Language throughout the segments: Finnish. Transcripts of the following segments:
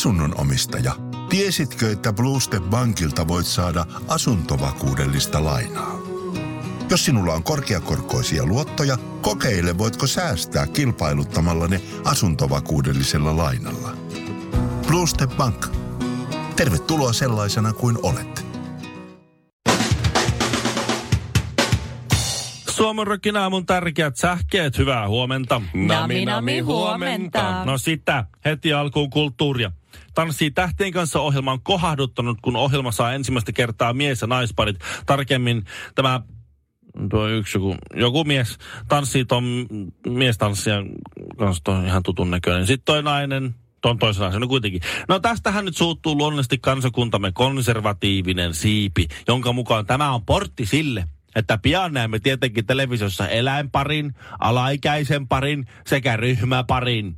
Asunnonomistaja, tiesitkö, että Blue Step Bankilta voit saada asuntovakuudellista lainaa? Jos sinulla on korkeakorkoisia luottoja, kokeile voitko säästää kilpailuttamalla ne asuntovakuudellisella lainalla. Blue Step Bank. Tervetuloa sellaisena kuin olet. Suomenrokin aamun tärkeät sähkeet, hyvää huomenta. Nami, nami, huomenta. No sitä, heti alkuun kulttuuria. Tanssii tähtien kanssa ohjelma on kohahduttanut, kun ohjelma saa ensimmäistä kertaa mies- ja naisparit. Tarkemmin tämä tuo yksi joku, joku mies tanssii tuon miestanssijan kanssa, tuo on ihan tutun näköinen. Sitten toi nainen, tuon toisen asian, no kuitenkin. No tästähän nyt suuttuu luonnollisesti kansakuntamme konservatiivinen siipi, jonka mukaan tämä on portti sille, että pian näemme tietenkin televisiossa eläinparin, alaikäisen parin sekä ryhmäparin.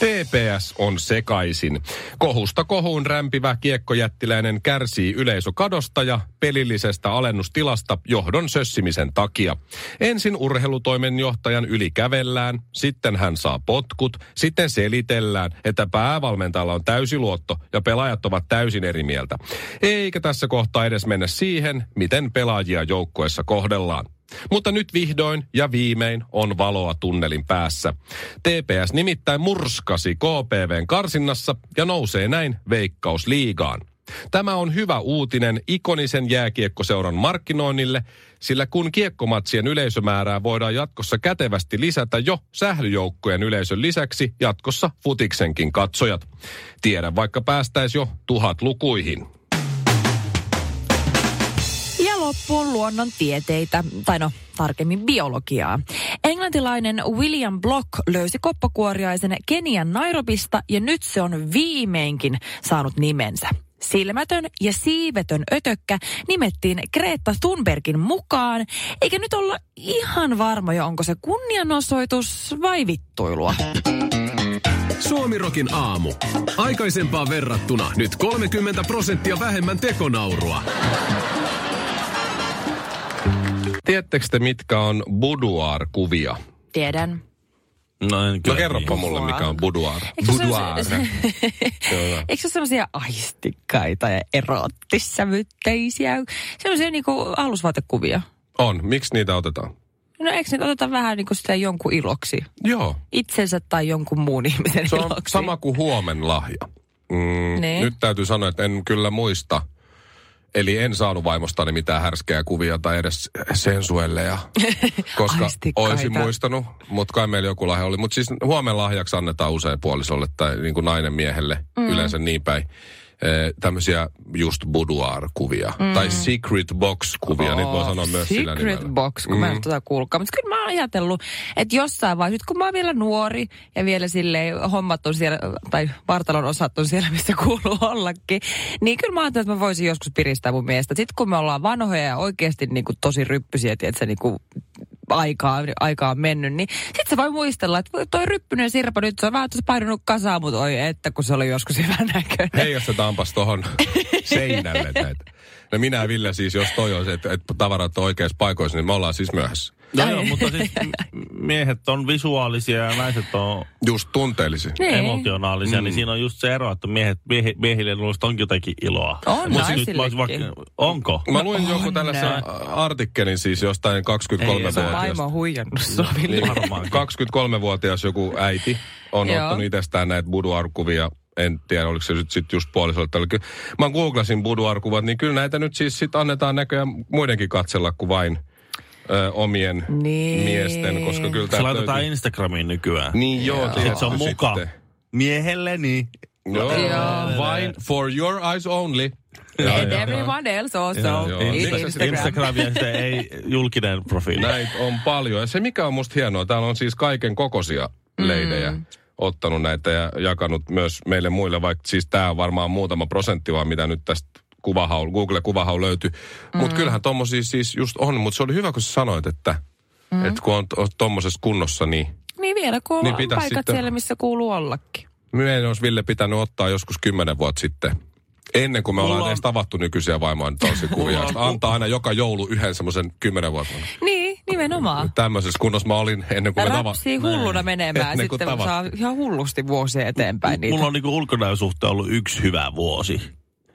TPS on sekaisin. Kohusta kohuun rämpivä kiekkojättiläinen kärsii yleisökadosta ja pelillisestä alennustilasta johdon sössimisen takia. Ensin urheilutoimenjohtajan yli kävellään, sitten hän saa potkut, sitten selitellään, että päävalmentajalla on täysi luotto ja pelaajat ovat täysin eri mieltä. Eikä tässä kohtaa edes mennä siihen, miten pelaajia joukkueessa kohdellaan. Mutta nyt vihdoin ja viimein on valoa tunnelin päässä. TPS nimittäin murskasi KPVn karsinnassa ja nousee näin veikkausliigaan. Tämä on hyvä uutinen ikonisen jääkiekkoseuran markkinoinnille, sillä kun kiekkomatsien yleisömäärää voidaan jatkossa kätevästi lisätä jo sählyjoukkojen yleisön lisäksi jatkossa futiksenkin katsojat. Tiedän vaikka päästäisi jo tuhat lukuihin. Ja loppuun luonnontieteitä, tai no tarkemmin biologiaa. Englantilainen William Block löysi koppakuoriaisen Kenian Nairobista ja nyt se on viimeinkin saanut nimensä. Silmätön ja siivetön ötökkä nimettiin Greta Thunbergin mukaan, eikä nyt olla ihan varmoja, onko se kunnianosoitus vai vittuilua. Suomirokin aamu. Aikaisempaan verrattuna nyt 30 prosenttia vähemmän tekonaurua. Tiedättekö te, mitkä on boudoir-kuvia? Tiedän. No, en No kyllä kerropa tiedä. mulle, mikä on boudoir. Eikö se ole se- Joo. Eikö se ole semmoisia aistikkaita ja erottissävytteisiä, semmoisia niinku alusvaatekuvia? On. Miksi niitä otetaan? No eikö nyt oteta vähän niinku sitä jonkun iloksi? Joo. Itsensä tai jonkun muun ihmisen Se on iloksi? sama kuin huomen lahja. Mm, Niin. Nyt täytyy sanoa, että en kyllä muista. Eli en saanut vaimostani mitään härskeä kuvia tai edes sensuelleja, koska Aistikkaita. olisin muistanut, mutta kai meillä joku lahja oli. Mutta siis huomen lahjaksi annetaan usein puolisolle tai niin kuin nainen miehelle mm. yleensä niin päin. Ee, tämmöisiä just boudoir-kuvia mm. tai secret box-kuvia, oh, niitä voi sanoa myös sillä Secret nimellä. box, kun mm. mä en tota kuulkaa. Mutta kyllä mä oon ajatellut, että jossain vaiheessa, nyt kun mä oon vielä nuori ja vielä sille hommat on siellä, tai vartalon osat on siellä, missä kuuluu ollakin, niin kyllä mä ajattelin, että mä voisin joskus piristää mun miestä. Sitten kun me ollaan vanhoja ja oikeasti niin kuin tosi ryppysiä, tiedätkö, niin kuin aikaa, aikaa on mennyt, niin sit se voi muistella, että voi toi ryppynen sirpa nyt, se on vähän tuossa painunut kasaan, mutta oi että kun se oli joskus hyvän näköinen. heijastetaanpas tuohon seinälle näitä. No minä ja Ville siis, jos toi on se, että, että tavarat on oikeissa paikoissa, niin me ollaan siis myöhässä. No joo, mutta siis m- miehet on visuaalisia ja naiset on Just tunteellisin. Niin. emotionaalisia, mm. niin siinä on just se ero, että miehet, miehi, miehille luulisi onkin jotakin iloa. On Mut siis nyt mä naisillekin. olisin vaikka, onko? Mä luin joku tällaisen näin. artikkelin siis jostain Ei, se on Vaimo 23-vuotiaasta. on huijannut sua, Ville. Niin, varmaankin. 23-vuotias joku äiti on Joo. ottanut itsestään näitä boudoir-kuvia. En tiedä, oliko se nyt sit just puolisolle. tai oliko- Mä googlasin boudoir-kuvat, niin kyllä näitä nyt siis sit annetaan näköjään muidenkin katsella kuin vain ö, omien Niin. miesten, koska kyllä Se täältä laitetaan löytyy- Instagramiin nykyään. Niin joo, Sitten se on tietty muka. niin. sitten. Miehelleni. Joo. Joo. Vain for your eyes only. And everyone else also. Joo, joo. niin, in Mitä Insta- sä Instagram. Instagram ja se ei julkinen profiili. Näitä on paljon. Ja se mikä on musta hienoa, täällä on siis kaiken kokoisia leidejä Mm. ottanut näitä ja jakanut myös meille muille, vaikka siis tää on varmaan muutama prosentti vaan mitä nyt tästä kuvahaul, Google kuvahau löytyy. Mm. Mutta kyllähän tommosia siis just on, mutta se oli hyvä kun sä sanoit, että mm. et kun on, on tommosessa kunnossa, niin Niin vielä, kun Niin on pitäis paikat sitten- sitten... siellä, missä kuuluu ollakin. meidän olisi Ville pitänyt ottaa joskus kymmenen vuotta sitten. Ennen kuin me Mulla ollaan on- edes tavattu nykyisiä vaimoja, niin tosi kuvia. Mulla on- Antaa aina joka joulu yhden semmoisen kymmenen vuotta. Niin, Nimenomaan. Tämmöisessä kunnossa mä olin ennen kuin me tava- Rapsii hulluna menemään, Ennen kuin sitten tavattiin. saa ihan hullusti vuosia eteenpäin niitä. Mulla on niinku ulkonäön suhteen ollut yksi hyvä vuosi.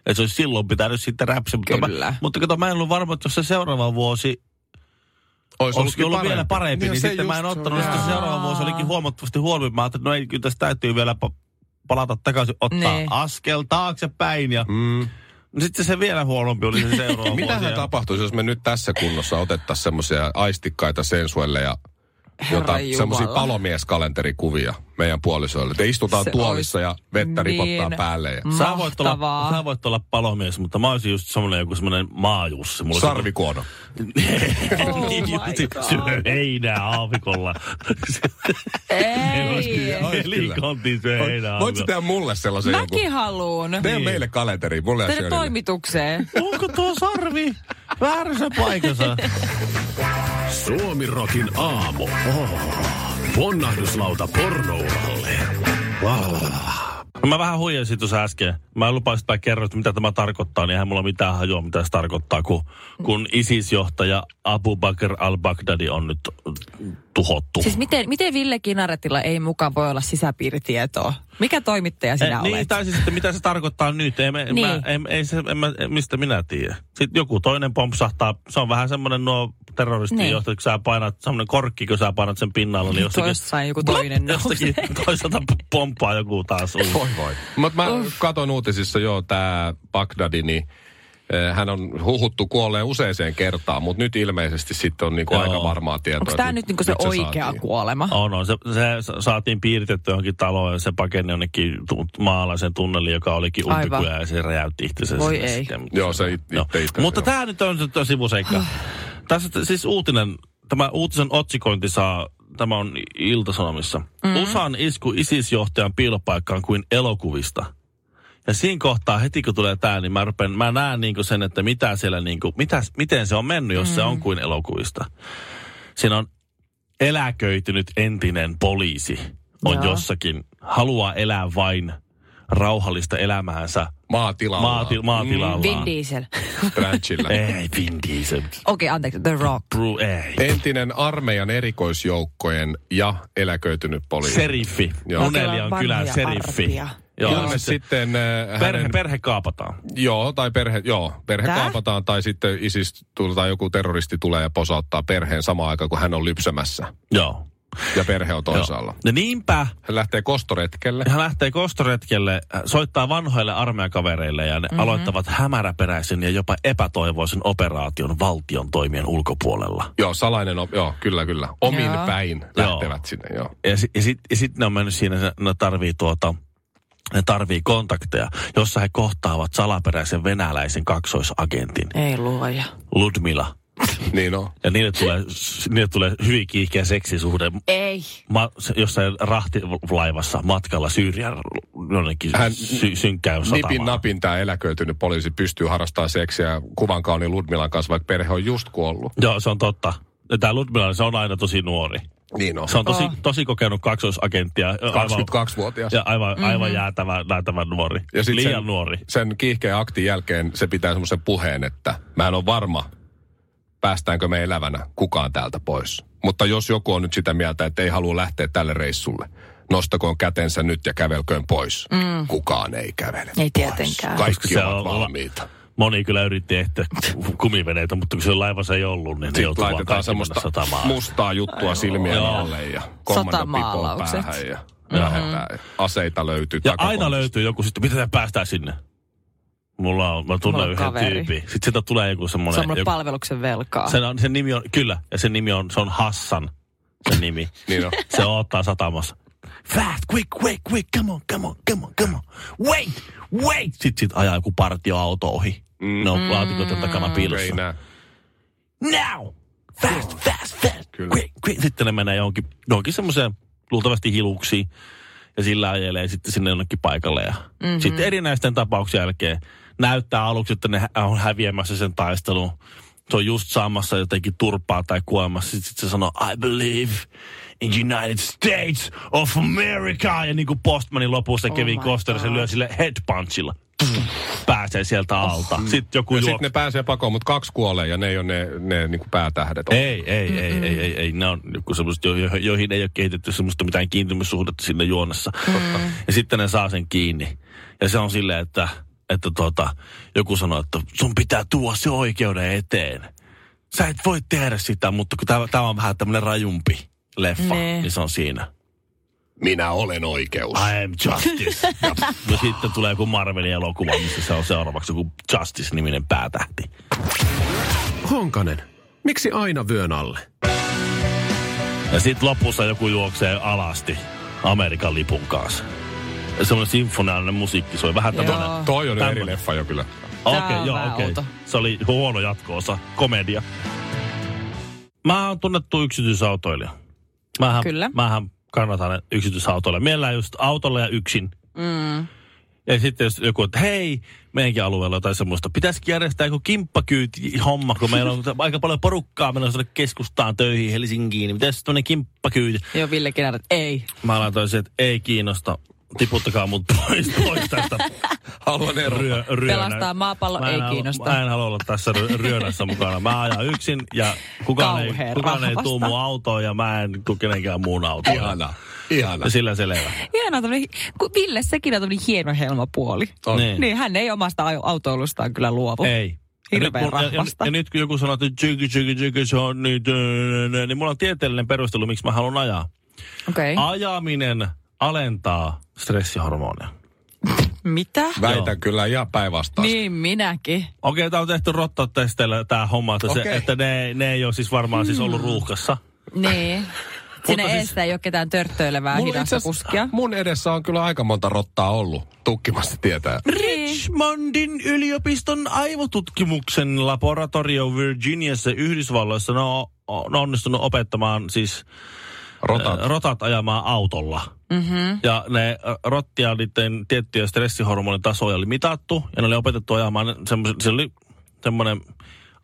Ja se olisi silloin pitänyt sitten räpsiä. Mutta, Kyllä. mä, mutta kato, mä en ollut varma, että jos se seuraava vuosi Olisi olisi ollut vielä parempi, niin, Niin niin se sitten mä just en se on. ottanut. Sitten Jaa. seuraava vuosi olikin huomattavasti huonompi. Mä ajattelin, että no ei, kyllä tässä täytyy vielä pa- palata takaisin, ottaa Niin. askel taaksepäin. Ja Mm. No sitten se vielä huonompi oli se seuraava vuosi. Mitähän ja- tapahtuisi, jos me nyt tässä kunnossa otettaisiin semmoisia aistikkaita sensuelle ja Herra jota, Jumala. semmoisia palomieskalenterikuvia meidän puolisoille. Te istutaan Se tuolissa ja vettä olisi ripottaa niin päälle ja Sä voit, olla, Mahtavaa. sä voit olla palomies, mutta mä olisin just semmonen joku semmonen maajussi. Mulla olisi- sarvikuono. Oh Niin, my just, God. Syö heinää aavikolla. Ei. Ois kyllä. Liikontiin syö heinää Voit sä aavikolla. tehdä mulle sellaisen jonkun? Mäkin haluun. Tee Niin. meille kalenteri, mulle ja Tänne Sjönille. toimitukseen. Onko tuo sarvi väärässä paikassa? Suomirokin aamu. Oh. Ponnahduslauta pornouralle. No mä vähän huijasin tuossa äsken. Mä lupasin, että mä kerron, että mitä tämä tarkoittaa, niin eihän mulla mitään hajoa, mitä se tarkoittaa, kun, kun ISIS-johtaja Abu Bakr al-Baghdadi on nyt tuhottu. Siis miten, miten Ville Kinaretilla ei mukaan voi olla sisäpiiritietoa? Mikä toimittaja sinä Eh, olet? niin, tai siis, että mitä se tarkoittaa nyt, ei, me, niin. Niin. mä, ei, ei se, en mä, mistä minä tiedän. Sitten joku toinen pompsahtaa, se on vähän semmoinen nuo terroristin niin. Niin. johtajat, kun sä painat, semmoinen korkki, kun sä painat sen pinnalla, niin jostakin, Jossain joku toinen nousee. jostakin toisaalta pomppaa joku taas uusi. Voi voi. Mutta mä katon uutisissa jo tää Bagdadi, niin eh, hän on huhuttu kuolleen useeseen kertaan, mutta nyt ilmeisesti sitten on niinku Joo. aika varmaa tietoa. Onko että tämä nyt niinku se oikea saatiin. kuolema? On, on. Se, se sa- saatiin piirtetty johonkin taloon ja se pakeni jonnekin tu- maalaisen tunnelin, joka olikin Aivan. umpikuja ja se räjäytti itse sen Voi sinne ei. sitten. Joo, se it- itse itse- No. Mutta joo. tämä nyt on se- se sivuseikka. Tässä t- siis uutinen, tämä uutisen otsikointi saa, tämä on Iltasanomissa. Mm. USAn isku ISIS-johtajan piilopaikkaan kuin elokuvista. Ja siinä kohtaa heti kun tulee tämä, niin mä, rupen, mä näen niinku sen, että mitä siellä niinku, mitä, miten se on mennyt, jos mm. se on kuin elokuvista. Siinä on eläköitynyt entinen poliisi on Joo. jossakin, haluaa elää vain rauhallista elämäänsä Maatilalla. Mm, maati, maatilallaan. Vin Diesel. No Ranchilla. Ei, Vin Diesel. Okei, okay, anteeksi, The Rock. Bru, ei. Entinen armeijan erikoisjoukkojen ja eläköitynyt poliisi. Seriffi. Joo. Munelian Vanhoja kylän seriffi. arpia. Joo, Ilmeisesti sitten sitten äh, perhe, hänen, perhe kaapataan. joo, tai perhe, joo, perhe Tää? kaapataan, tai sitten isis tulee- tai joku terroristi tulee ja posauttaa perheen samaan aikaan, kun hän on lypsämässä. Joo. Ja perhe on toisaalla. Joo. No niinpä. Hän lähtee kostoretkelle. Hän lähtee kostoretkelle, äh, soittaa vanhoille armeijakavereille ja ne mm-hmm. aloittavat hämäräperäisen ja jopa epätoivoisen operaation valtion toimien ulkopuolella. Joo, salainen, op- joo, kyllä, kyllä. Omin Joo. päin lähtevät sinne, joo. Ja, si- ja sitten sit ne on mennyt siinä, se- ne tarvii tuota, ne tarvii kontakteja, jossa he kohtaavat salaperäisen venäläisen kaksoisagentin Ei luoja. Ludmila. Niin on. Ja niille tulee, s- niille tulee hyvin kiihkeä seksisuhde Ei. ma- se- jossain rahtilaivassa matkalla Syyrian jonnekin Hän sy- synkkään Nipin satamaan. napin tämä eläköitynyt poliisi pystyy harrastamaan seksiä kuvan kauniin Ludmilan kanssa, vaikka perhe on just kuollut. Joo, se on totta. Tämä Ludmila, se on aina tosi nuori. Niin on. Se on tosi, Oh. tosi kokenut kaksoisagenttia. Aivan, 22-vuotias. ja aivan, aivan mm-hmm. jäätävä, jäätävä nuori. Ja sit Liian sen... nuori. Sen kiihkeän aktin jälkeen se pitää semmoisen puheen, että mä en ole varma, päästäänkö me elävänä kukaan täältä pois. Mutta jos joku on nyt sitä mieltä, että ei halua lähteä tälle reissulle, nostakoon kätensä nyt ja kävelköön pois. Mm. Kukaan ei kävele Ei pois. tietenkään. Koska Kaikki se ovat on la- valmiita. Moni kyllä yritti ehtiä kumiveneitä, mutta kun se laivassa ei ollut, niin ne Sitten joutuu vaan laitetaan kaikki mennä semmoista satamaan. mustaa juttua silmien Joo. Mm-hmm. alle ja komandopipoa Satamaalaukset. päähän ja lähdetään. Aseita löytyy Ja takakontista. aina löytyy joku sitten, miten me päästään sinne? Mulla on, mä tunnen Mulla on yhden kaveri. tyypin. Sitten sieltä tulee joku semmoinen... Semmoinen joku, palveluksen velkaa. sen, on, sen nimi on, kyllä, ja sen nimi on, se on Hassan, sen nimi. Niin on. Se odottaa satamassa. Fast, quick, quick, quick, come on, come on, come on, come on. Wait, wait! Sitten sit ajaa joku partioauto ohi. Mm. No, laatikoiden takana Ei piilossa. näe. Now! Fast, fast, fast, Kyllä. quick, quick. Sitten ne menee johonkin, johonkin semmoiseen luultavasti hiluksiin. Ja sillä ajelee sitten sinne jonnekin paikalle. Ja mm-hmm. Sitten erinäisten tapauksien jälkeen näyttää aluksi, että ne hä- on häviämässä sen taistelun. Se on just saamassa jotenkin turpaa tai kuolemassa. Sitten sit se sanoo, I believe in United States of America. Ja niin kuin Postmanin lopussa oh Oh Kevin my Costner, se God. lyö sille headpunchilla. pääsee sieltä alta. Sitten joku Ja juoksee. sitten ne pääsee pakoon, mutta kaksi kuolee ja ne ei ole ne, ne niin kuin päätähdet. Ei, ei, ei, ei, ei, ei. Ne on joku semmoista, jo- jo- joihin ei ole kehitetty semmoista mitään kiintymyssuhdetta sinne juonessa. Mm. Ja sitten ne saa sen kiinni. Ja se on silleen, että, että tuota, joku sanoo, että sun pitää tuoda se oikeuden eteen. Sä et voi tehdä sitä, mutta kun tämä on vähän tämmöinen rajumpi leffa, Nee. niin se on siinä. Minä olen oikeus. I am Justice. ja, ja sitten tulee joku Marvelin elokuva, missä se on seuraavaksi joku Justice-niminen päätähti. Honkanen, miksi aina vyön alle? Ja sitten lopussa joku juoksee alasti Amerikan lipun kanssa. Ja Semmoinen sinfoniallinen musiikki soi. Vähän tämmöinen. Joo. Toi on eri Tämmönen. leffa jo kyllä. Okei, Tää on okay, joo, vähän okei. outo. Okay. Se oli huono jatko-osa. Komedia. Mä oon tunnettu yksityisautoilija. Mähän, Kyllä. Mähän kannatan yksityisautoilla. Meillä on just autolla ja yksin. Mm. Ja sitten jos joku, että hei, meidänkin alueella tai semmoista, pitäisikin järjestää joku kimppakyyti homma, kun meillä on aika paljon porukkaa menossa tuonne keskustaan töihin Helsinkiin, niin pitäisi tämmöinen kimppakyyti. Joo, Ville Kinnaret, ei. Mä laitoin sen, että ei kiinnosta. Tiputtakaa mut pois, pois tästä Haluan ero. ryö, ryönä. Pelastaa maapallo, Mä en ei halua- kiinnosta. Mä en halua olla tässä ry- ryönässä mukana. Mä ajan yksin ja kukaan ei, Kauhea kukaan ei rahvasta. tuu mun autoon ja mä en tuu kenenkään muun autoon. Ihana. Ihana. Ja sillä selvä. Hienoa tämmönen, kun Ville sekin on tämmönen hieno helmapuoli. On. Niin. Niin, hän ei omasta au- autoilustaan kyllä luovu. Ei. Ja Hirveän nyt, mun- ja, ja, Uh, rahvasta. ja nyt kun joku sanoo, että tsyky, tsyky, tsyky, se on niin, tönönö, niin mulla on tieteellinen perustelu, miksi mä haluan ajaa. Okei. Okay. Ajaminen alentaa stressihormonia. Mitä? Väitän Joo. kyllä ja päinvastaista. Niin minäkin. Okei, tämä on tehty rottatesteillä tämä homma, että, Okei. se, että ne, ne ei ole siis varmaan siis ollut ruuhkassa. Niin. Sinne Mutta siis- eessä ei ole ketään törttöilevää Mulla hidasta itse asiassa- kuskia. Mun edessä on kyllä aika monta rottaa ollut, tukkimassa tietää. Niin. Richmondin yliopiston aivotutkimuksen laboratorio Virginiassa Yhdysvalloissa ne on, on onnistunut opettamaan siis Rotat. ö, Äh, rotat ajamaan autolla. Mm-hmm. Ja ne ö, rottia, niiden tiettyjä stressihormonitasoja oli mitattu ja ne oli opetettu ajamaan, semmoisen, se oli semmoinen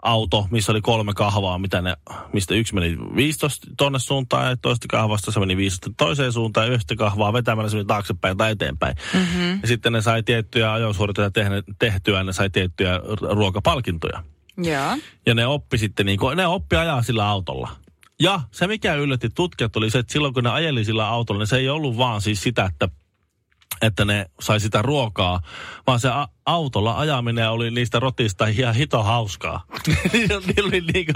auto, missä oli kolme kahvaa, mitä ne, mistä yksi meni 15 tonne suuntaan ja toista kahvasta se meni 15 toiseen suuntaan ja yhtä kahvaa vetämällä se meni taaksepäin tai eteenpäin. Mm-hmm. Ja sitten ne sai tiettyjä ajosuoriteita tehne- tehtyä, ne sai tiettyjä r- ruokapalkintoja. Joo. Ja ne oppi sitten, niin kuin, ne oppi ajaa sillä autolla. Ja se mikä yllätti tutkijat oli se, että silloin kun ne ajeli sillä autolla, niin se ei ollut vaan siis sitä, että, että ne sai sitä ruokaa, vaan se a- autolla ajaminen oli niistä rotista ihan hito hauskaa. niillä, niillä, oli niinku,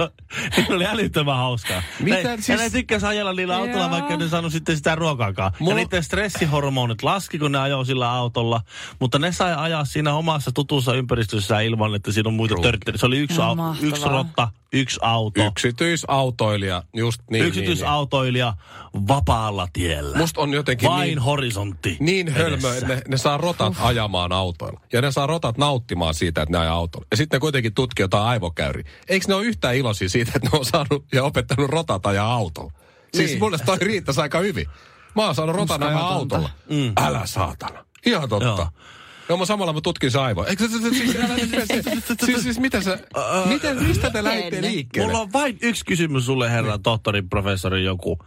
niillä oli älyttömän hauskaa. Mitä ne, siis- Ja ne tykkäsi ajella niillä autolla, Joo. vaikka ne saanut sitten sitä ruokaakaan. Mulla- Ja niiden stressihormonit laski, kun ne ajoi sillä autolla, mutta ne sai ajaa siinä omassa tutussa ympäristössä ilman, että siinä on muita törttejä. Se oli yksi, No, au, mahtavaa. yksi rotta, yksi auto, yksi, Yksityisautoilija, just niin. yksityisautoilija vapaalla tiellä. Niin, niin. Musta on jotenkin Vain niin, horisontti niin hölmö, edessä. että ne, ne saa rotat ajamaan autoilla. Ja ne saa rotat nauttimaan siitä, että ne ajaa autolla. Ja sitten ne kuitenkin tutkii jotain aivokäyri. Eikö ne ole yhtään iloisia siitä, että ne on saanut ja opettanut rotat ajaa autolla? Siis niin. Niin. mulle toi riittäisi aika hyvin. Mä oon saanut rotan ajaa Uskomatonta. autolla. Mm. Älä saatana. Ihan totta. Joo. Joo. Joo, mä samalla mä tutkin se aivoa. Eikö se, se, se, siis, älä- se, se, siis, siis mitä sä, miten, mistä te lähditte Miten? liikkeelle? Niin. Mulla on vain yksi kysymys sulle, herra tohtori, professori, joku.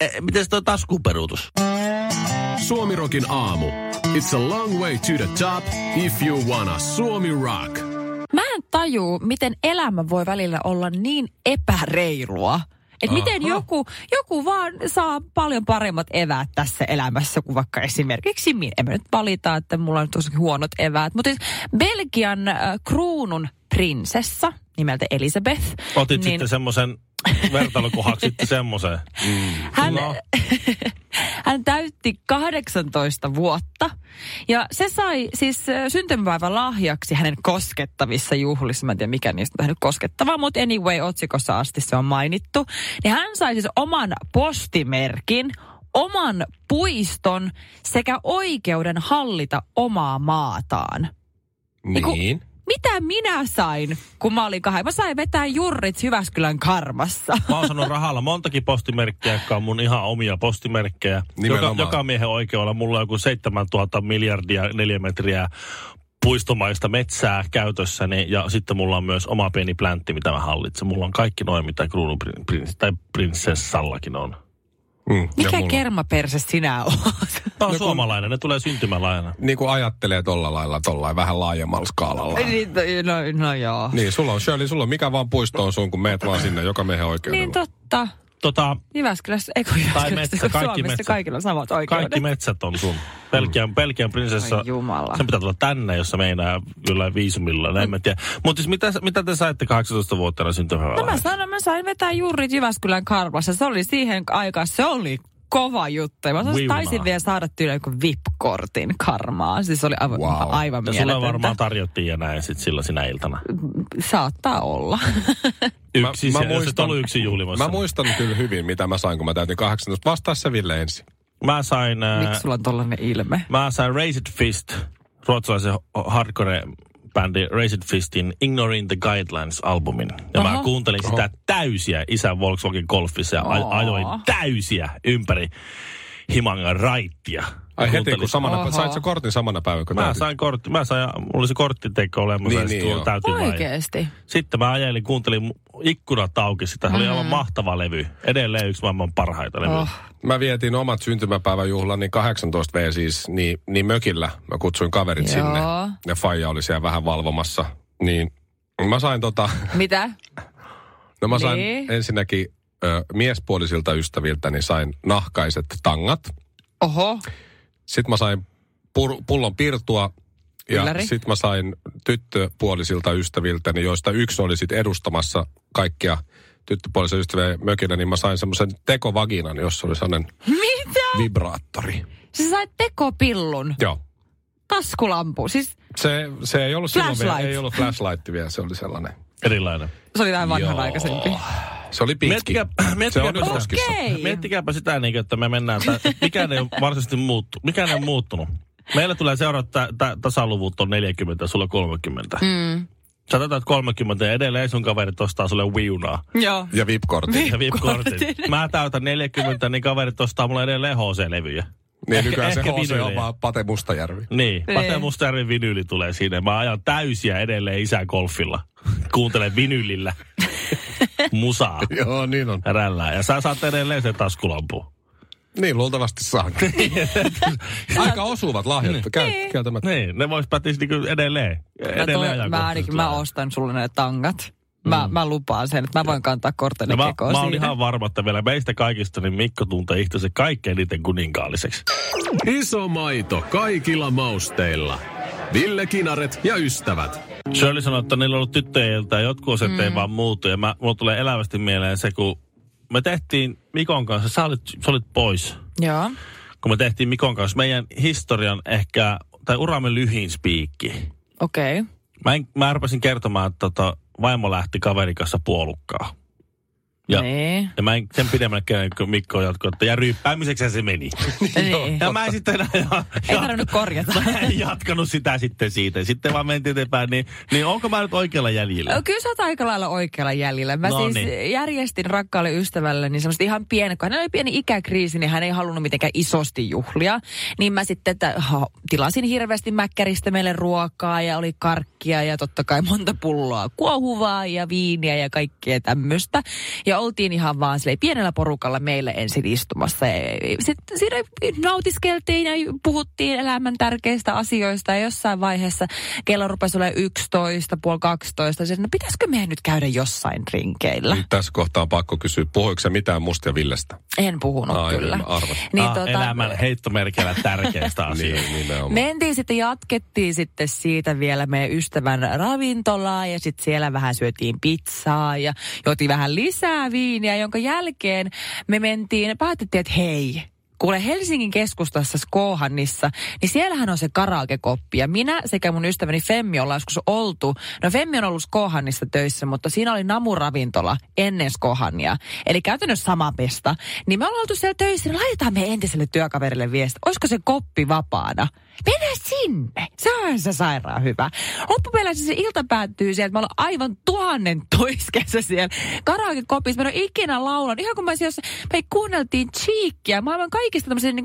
E, mites toi taskuperuutus? Suomirokin aamu. It's a long way to the top if you wanna Suomi rock. Mä en tajuu, miten elämä voi välillä olla niin epäreilua. Et miten joku, joku vaan saa paljon paremmat eväät tässä elämässä kuin vaikka esimerkiksi minä. En mä nyt valita, että mulla on tosi huonot eväät. Mutta Belgian äh, kruunun prinsessa nimeltä Elisabeth. Otit niin. sitten semmoisen vertailukohaksi sitten semmoisen. Hän, No. hän täytti 18 vuotta ja se sai siis ö, syntymäpäivän lahjaksi hänen koskettavissa juhlissa. Mä en tiedä mikä niistä on tehnyt koskettavaa, mutta anyway otsikossa asti se on mainittu. Niin hän sai siis oman postimerkin, oman puiston sekä oikeuden hallita omaa maataan. Niin. Mitä minä sain, kun mä olin kahden? Mä sain vetää jurrit Jyväskylän karmassa. Mä oon sanonut rahalla montakin postimerkkejä, jotka on mun ihan omia postimerkkejä. Joka, Nimenomaan. joka miehen oikeudella mulla on joku 7000 miljardia neliömetriä puistomaista metsää käytössäni ja sitten mulla on myös oma pieni pläntti, mitä mä hallitsen. Mulla on kaikki noin, mitä kruunuprinssi tai prinsessallakin on. Mm, ja Mikä mulla- kermaperse sinä oot? Tämä on no, suomalainen, ne tulee syntymälaina. Niin kuin ajattelee tolla lailla, tollain vähän laajemmalla skaalalla. Niin, no, no joo. Niin, sulla on Shirley, sulla on mikä vaan puisto on sun, kun meet vaan sinne joka miehen Niin oikeudella. totta. Tota, Jyväskylässä, ei kun Jyväskylässä, metsä, kun kaikki Suomessa metsä. kaikilla on samat oikeudet. kaikki metsät on sun. Belgian, Belgian prinsessa. Ai jumala. Sen pitää tulla tänne, jos se meinaa jollain viisumilla. Näin mä tiedä. Mutta siis mitä, mitä te saitte 18-vuotiaana No mä syntymälaina? sanoin, mä sain vetää juurit Jyväskylän karvassa. Se oli siihen aikaan, se oli kova juttu. Ja Mä sanoin, että Viunaa. taisin vielä saada tyyliin joku VIP-kortin karmaa. Siis se oli aivan, Wow. wow. aivan Ja sulle mieletöntä. varmaan tarjottiin ja näin sit sillä sinä iltana. Saattaa olla. Yksi, mä, mä muistan, jos et ollut yksi juhlimassa. Mä muistan kyllä hyvin, mitä mä sain, kun mä täytin 18. Vastaa se Ville ensin. mä sain, ää, Miksi sulla on tollanen ilme? mä sain Raised Fist, ruotsalaisen ho- hardcore-bändi Raised Fistin Ignoring the Guidelines-albumin. Ja Oho. mä Oho. kuuntelin sitä täysiä isän Volkswagen Golfissa ja Oo. a- ajoin täysiä ympäri Himangan raittia. Ai heti, Kuuntelin- kun samana, Oho. pä- sait sä kortin samana päivänä, kun Mä täytit? sain kortti, mä sain, mulla oli se korttiteko olemassa Niin, niin, ja niin, joo. niin, täytin vain. Oikeesti. Sitten mä ajelin, kuuntelin mu- ikkunat auki, sitä mm-hmm. oli aivan mahtava levy. Edelleen yksi maailman parhaita levyjä. Mm. Oh. Mä vietin omat syntymäpäiväjuhlani 18 V siis, niin, niin mökillä. Mä kutsuin kaverit Joo. sinne. Ja Faija oli siellä vähän valvomassa. Niin mä sain tota, Mitä? no mä sain Niin. ensinnäkin ö, miespuolisilta ystäviltä, niin sain nahkaiset tangat. Oho. Sitten mä sain pur, pullon pirtua. Ja Ylläri. sitten mä sain tyttöpuolisilta ystäviltäni, joista yksi oli sitten edustamassa kaikkia tyttöpuolisia ystäviä mökillä, niin mä sain semmoisen tekovaginan, jossa oli sellainen Mitä? vibraattori. Sä sait tekopillun. Joo. Taskulampu. Siis Se, se ei ollut silloin vielä, Flashlight. ei ollut flashlight vielä, se oli sellainen. Erilainen. se oli vähän vanhanaikaisempi. Se oli pitki. Miettikää, Se on miettikää, nyt roskissa. Okei. Miettikääpä sitä, niin kuin, että me mennään, tä, mikään ei ole varsinaisesti muuttu, mikään ei ole muuttunut. Meillä tulee seuraavat tä, tä, tasaluvut on 40 ja sulla 30. Mm. Sä täytät 30 ja edelleen sun kaverit ostaa sulle viunaa Joo. Ja VIP-kortti. ja VIP-kortin. Mä täytän 40, niin kaverit ostaa mulle edelleen HC-levyjä. Niin nykyään se ehkä HC on vinyyliä. vaan Pate Mustajärvi. Niin, Niin. Pate Mustajärven vinyyli tulee sinne. Mä ajan täysiä edelleen isän golfilla. Kuuntelen vinylillä musaa. Joo, niin on. Rällää. Ja sä saat edelleen sen taskulampun. Niin, luultavasti saan. Aika osuvat lahjat. Käy, käytämättä. Niin, ne vois pätiä niinku edelleen. Mä, edelleen Mm. toi, mä, ainakin, mä ostan sulle ne tangat. Mä, mä lupaan sen, että mä voin kantaa korteni No no, mä, kekoon mä oon siihen. ihan varma, että vielä meistä kaikista, niin Mikko tuntee itsensä kaikkein eniten kuninkaalliseksi. Iso maito kaikilla mausteilla. Ville Kinaret ja ystävät. Shirley sanoi, että niillä on ollut tyttöjiltä ja jotkut asiat mm. ei vaan muutu. Ja mä, mulla tulee elävästi mieleen se, kun me tehtiin Mikon kanssa, sä olit, sä olit pois, Joo. kun me tehtiin Mikon kanssa meidän historian ehkä, tai uramme lyhin spiikki. Okei. Okay. Mä, en, mä rupesin kertomaan, että tota, vaimo lähti kaverin kanssa puolukkaan. Ja Niin. Ja mä en sen pidemmälle käy, kun Mikko jatkoi, että ja ryyppäämiseksi se meni. niin. Ja mä en sitten enää ja, Ei tarvinnut korjata. mä en jatkanut sitä sitten siitä. Sitten vaan mentiin eteenpäin, niin, niin onko mä nyt oikealla jäljellä? No, Kyllä sä oot aika lailla oikealla jäljellä. Mä No siis niin. järjestin rakkaalle ystävälle niin semmoista ihan pienen, kun hänellä oli pieni ikäkriisi, niin hän ei halunnut mitenkään isosti juhlia. Niin mä sitten että, ha, tilasin hirveästi mäkkäristä meille ruokaa ja oli karkkia ja totta kai monta pulloa kuohuvaa ja viiniä ja kaikkea tämmöistä. Ja oltiin ihan vaan silleen pienellä porukalla meille ensin istumassa. Ja- ja- Sitten siinä nautiskeltiin ja puhuttiin elämän tärkeistä asioista ja jossain vaiheessa kello rupesi olemaan 11, puoli 12. Sitten, no pitäisikö meidän nyt käydä jossain rinkeillä? Nyt tässä kohtaa on pakko kysyä, puhuiko se mitään musta ja Villestä? En puhunut Ai, kyllä. tuota, mä arvasin. Niin, ah, tota- Elämän heittomerkillä tärkeistä asioista. Niin, nimenomaan. Mentiin sitten, jatkettiin sitten siitä vielä meidän ystävän ravintolaa ja sitten siellä vähän syötiin pizzaa ja juotiin vähän lisää viiniä, jonka jälkeen me mentiin, päätettiin, että hei, Kuule Helsingin keskustassa Skohannissa, niin siellähän on se karaokekoppi. Ja minä sekä mun ystäväni Femmi ollaan joskus oltu. No Femmi on ollut Skohannissa töissä, mutta siinä oli namuravintola ennen Skohania. Eli käytännössä sama pesta. Niin me ollaan oltu siellä töissä, niin laitetaan me entiselle työkaverille viesti. Olisiko se koppi vapaana? Mennään sinne. Se on se sairaan hyvä. Loppupeleissä se ilta päättyy sieltä. Mä olen aivan tuhannen toiskessa siellä. Karaokekopissa. Mä en ole ikinä laulan. Ihan kun mä siellä, me kuunneltiin Cheekia. Maailman kaikista tämmöisiä niin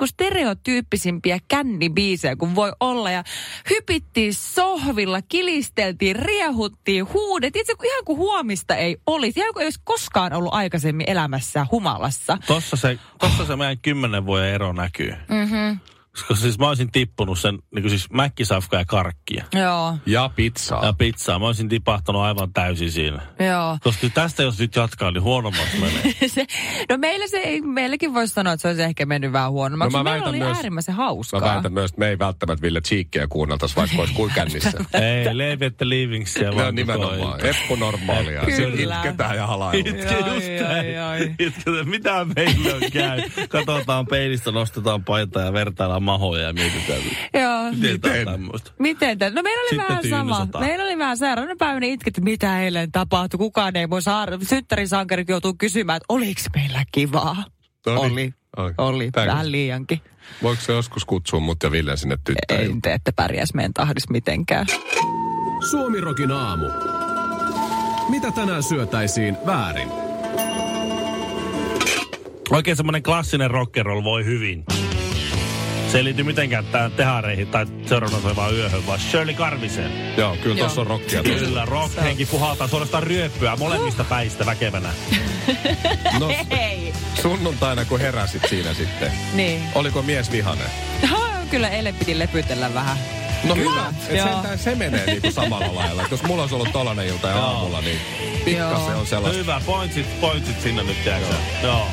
stereotyyppisimpiä kännibiisejä kuin voi olla. Ja hypittiin sohvilla, kilisteltiin, riehuttiin, huudettiin. Itse kun ihan kuin huomista ei olisi. Ihan kuin ei olisi koskaan ollut aikaisemmin elämässä humalassa. Tossa se, tossa se meidän kymmenen vuoden ero näkyy. Mm-hmm. Koska siis mä olisin tippunut sen, niin kuin siis mäkkisafka ja karkkia Joo, Ja pizzaa. No, ja pizzaa. Mä olisin tipahtanut aivan täysin siinä. joo. Koska tästä jos nyt jatkaa, niin huonommaksi menee. se, no meillä se ei, meilläkin voisi sanoa, että se olisi ehkä mennyt vähän huonommaksi. No No mä meillä väitän oli myös- äärimmäisen hauskaa. Mä väitän myös, että me ei välttämättä Ville Cheekkiä kuunneltaisi, vaikka olisi kuin kännissä. Ei, leave at the leavingsia. No nimenomaan. Eppu normaalia. Kyllä. Itketään ja halaillaan. Itke Ai, just ai, ai. näin. Itke, mitä meillä on käy. Katsotaan peilistä, nostetaan paita ja vertaillaan mahoja ja mietitään. Joo. Miten? Tämmöistä. Miten tämän? No meillä oli Sitten vähän sama. tyynysataan. Meillä oli vähän seuraavana päivänä itketty, että mitä eilen tapahtui. Kukaan ei voi saada. Synttärin sankarit joutuu kysymään, että oliko meillä kivaa. No niin. Oli. Ai, Oli. tää- Vähän liiankin. Voiko se joskus kutsua mut ja Villen sinne Ei, tyttöön? te ette pärjäs meidän tahdis mitenkään. Suomirokin aamu. Mitä tänään syötäisiin väärin? Oikein semmoinen klassinen rock'n'roll voi hyvin. Se ei liity mitenkään tähän tehareihin tai seuraavana soivaan yöhön, vaan Shirley Karviseen. Joo, kyllä tuossa on rokkia. tossa. Kyllä, rockhenki puhaltaa suorastaan ryöppyä molemmista päistä väkevänä. No, Hei. sunnuntaina kun heräsit siinä sitten. Niin. Oliko mies vihane? Ha, Kyllä eilen piti lepytellä vähän. No hyvä, että Joo. sentään se menee niinku samalla lailla. Et Jos mulla olisi ollut tollanen ilta ja aamulla, niin pikkasen on sellaista. Hyvä, pointsit, pointsit sinne nyt jääkö. Joo.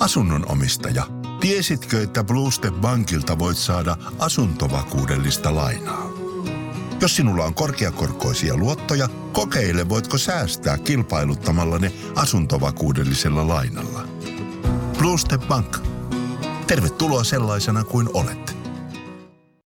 Asunnon omistaja. Tiesitkö, että Bluestep Bankilta voit saada asuntovakuudellista lainaa? Jos sinulla on korkeakorkoisia luottoja, kokeile voitko säästää kilpailuttamalla ne asuntovakuudellisella lainalla. Bluestep Bank. Tervetuloa sellaisena kuin olet.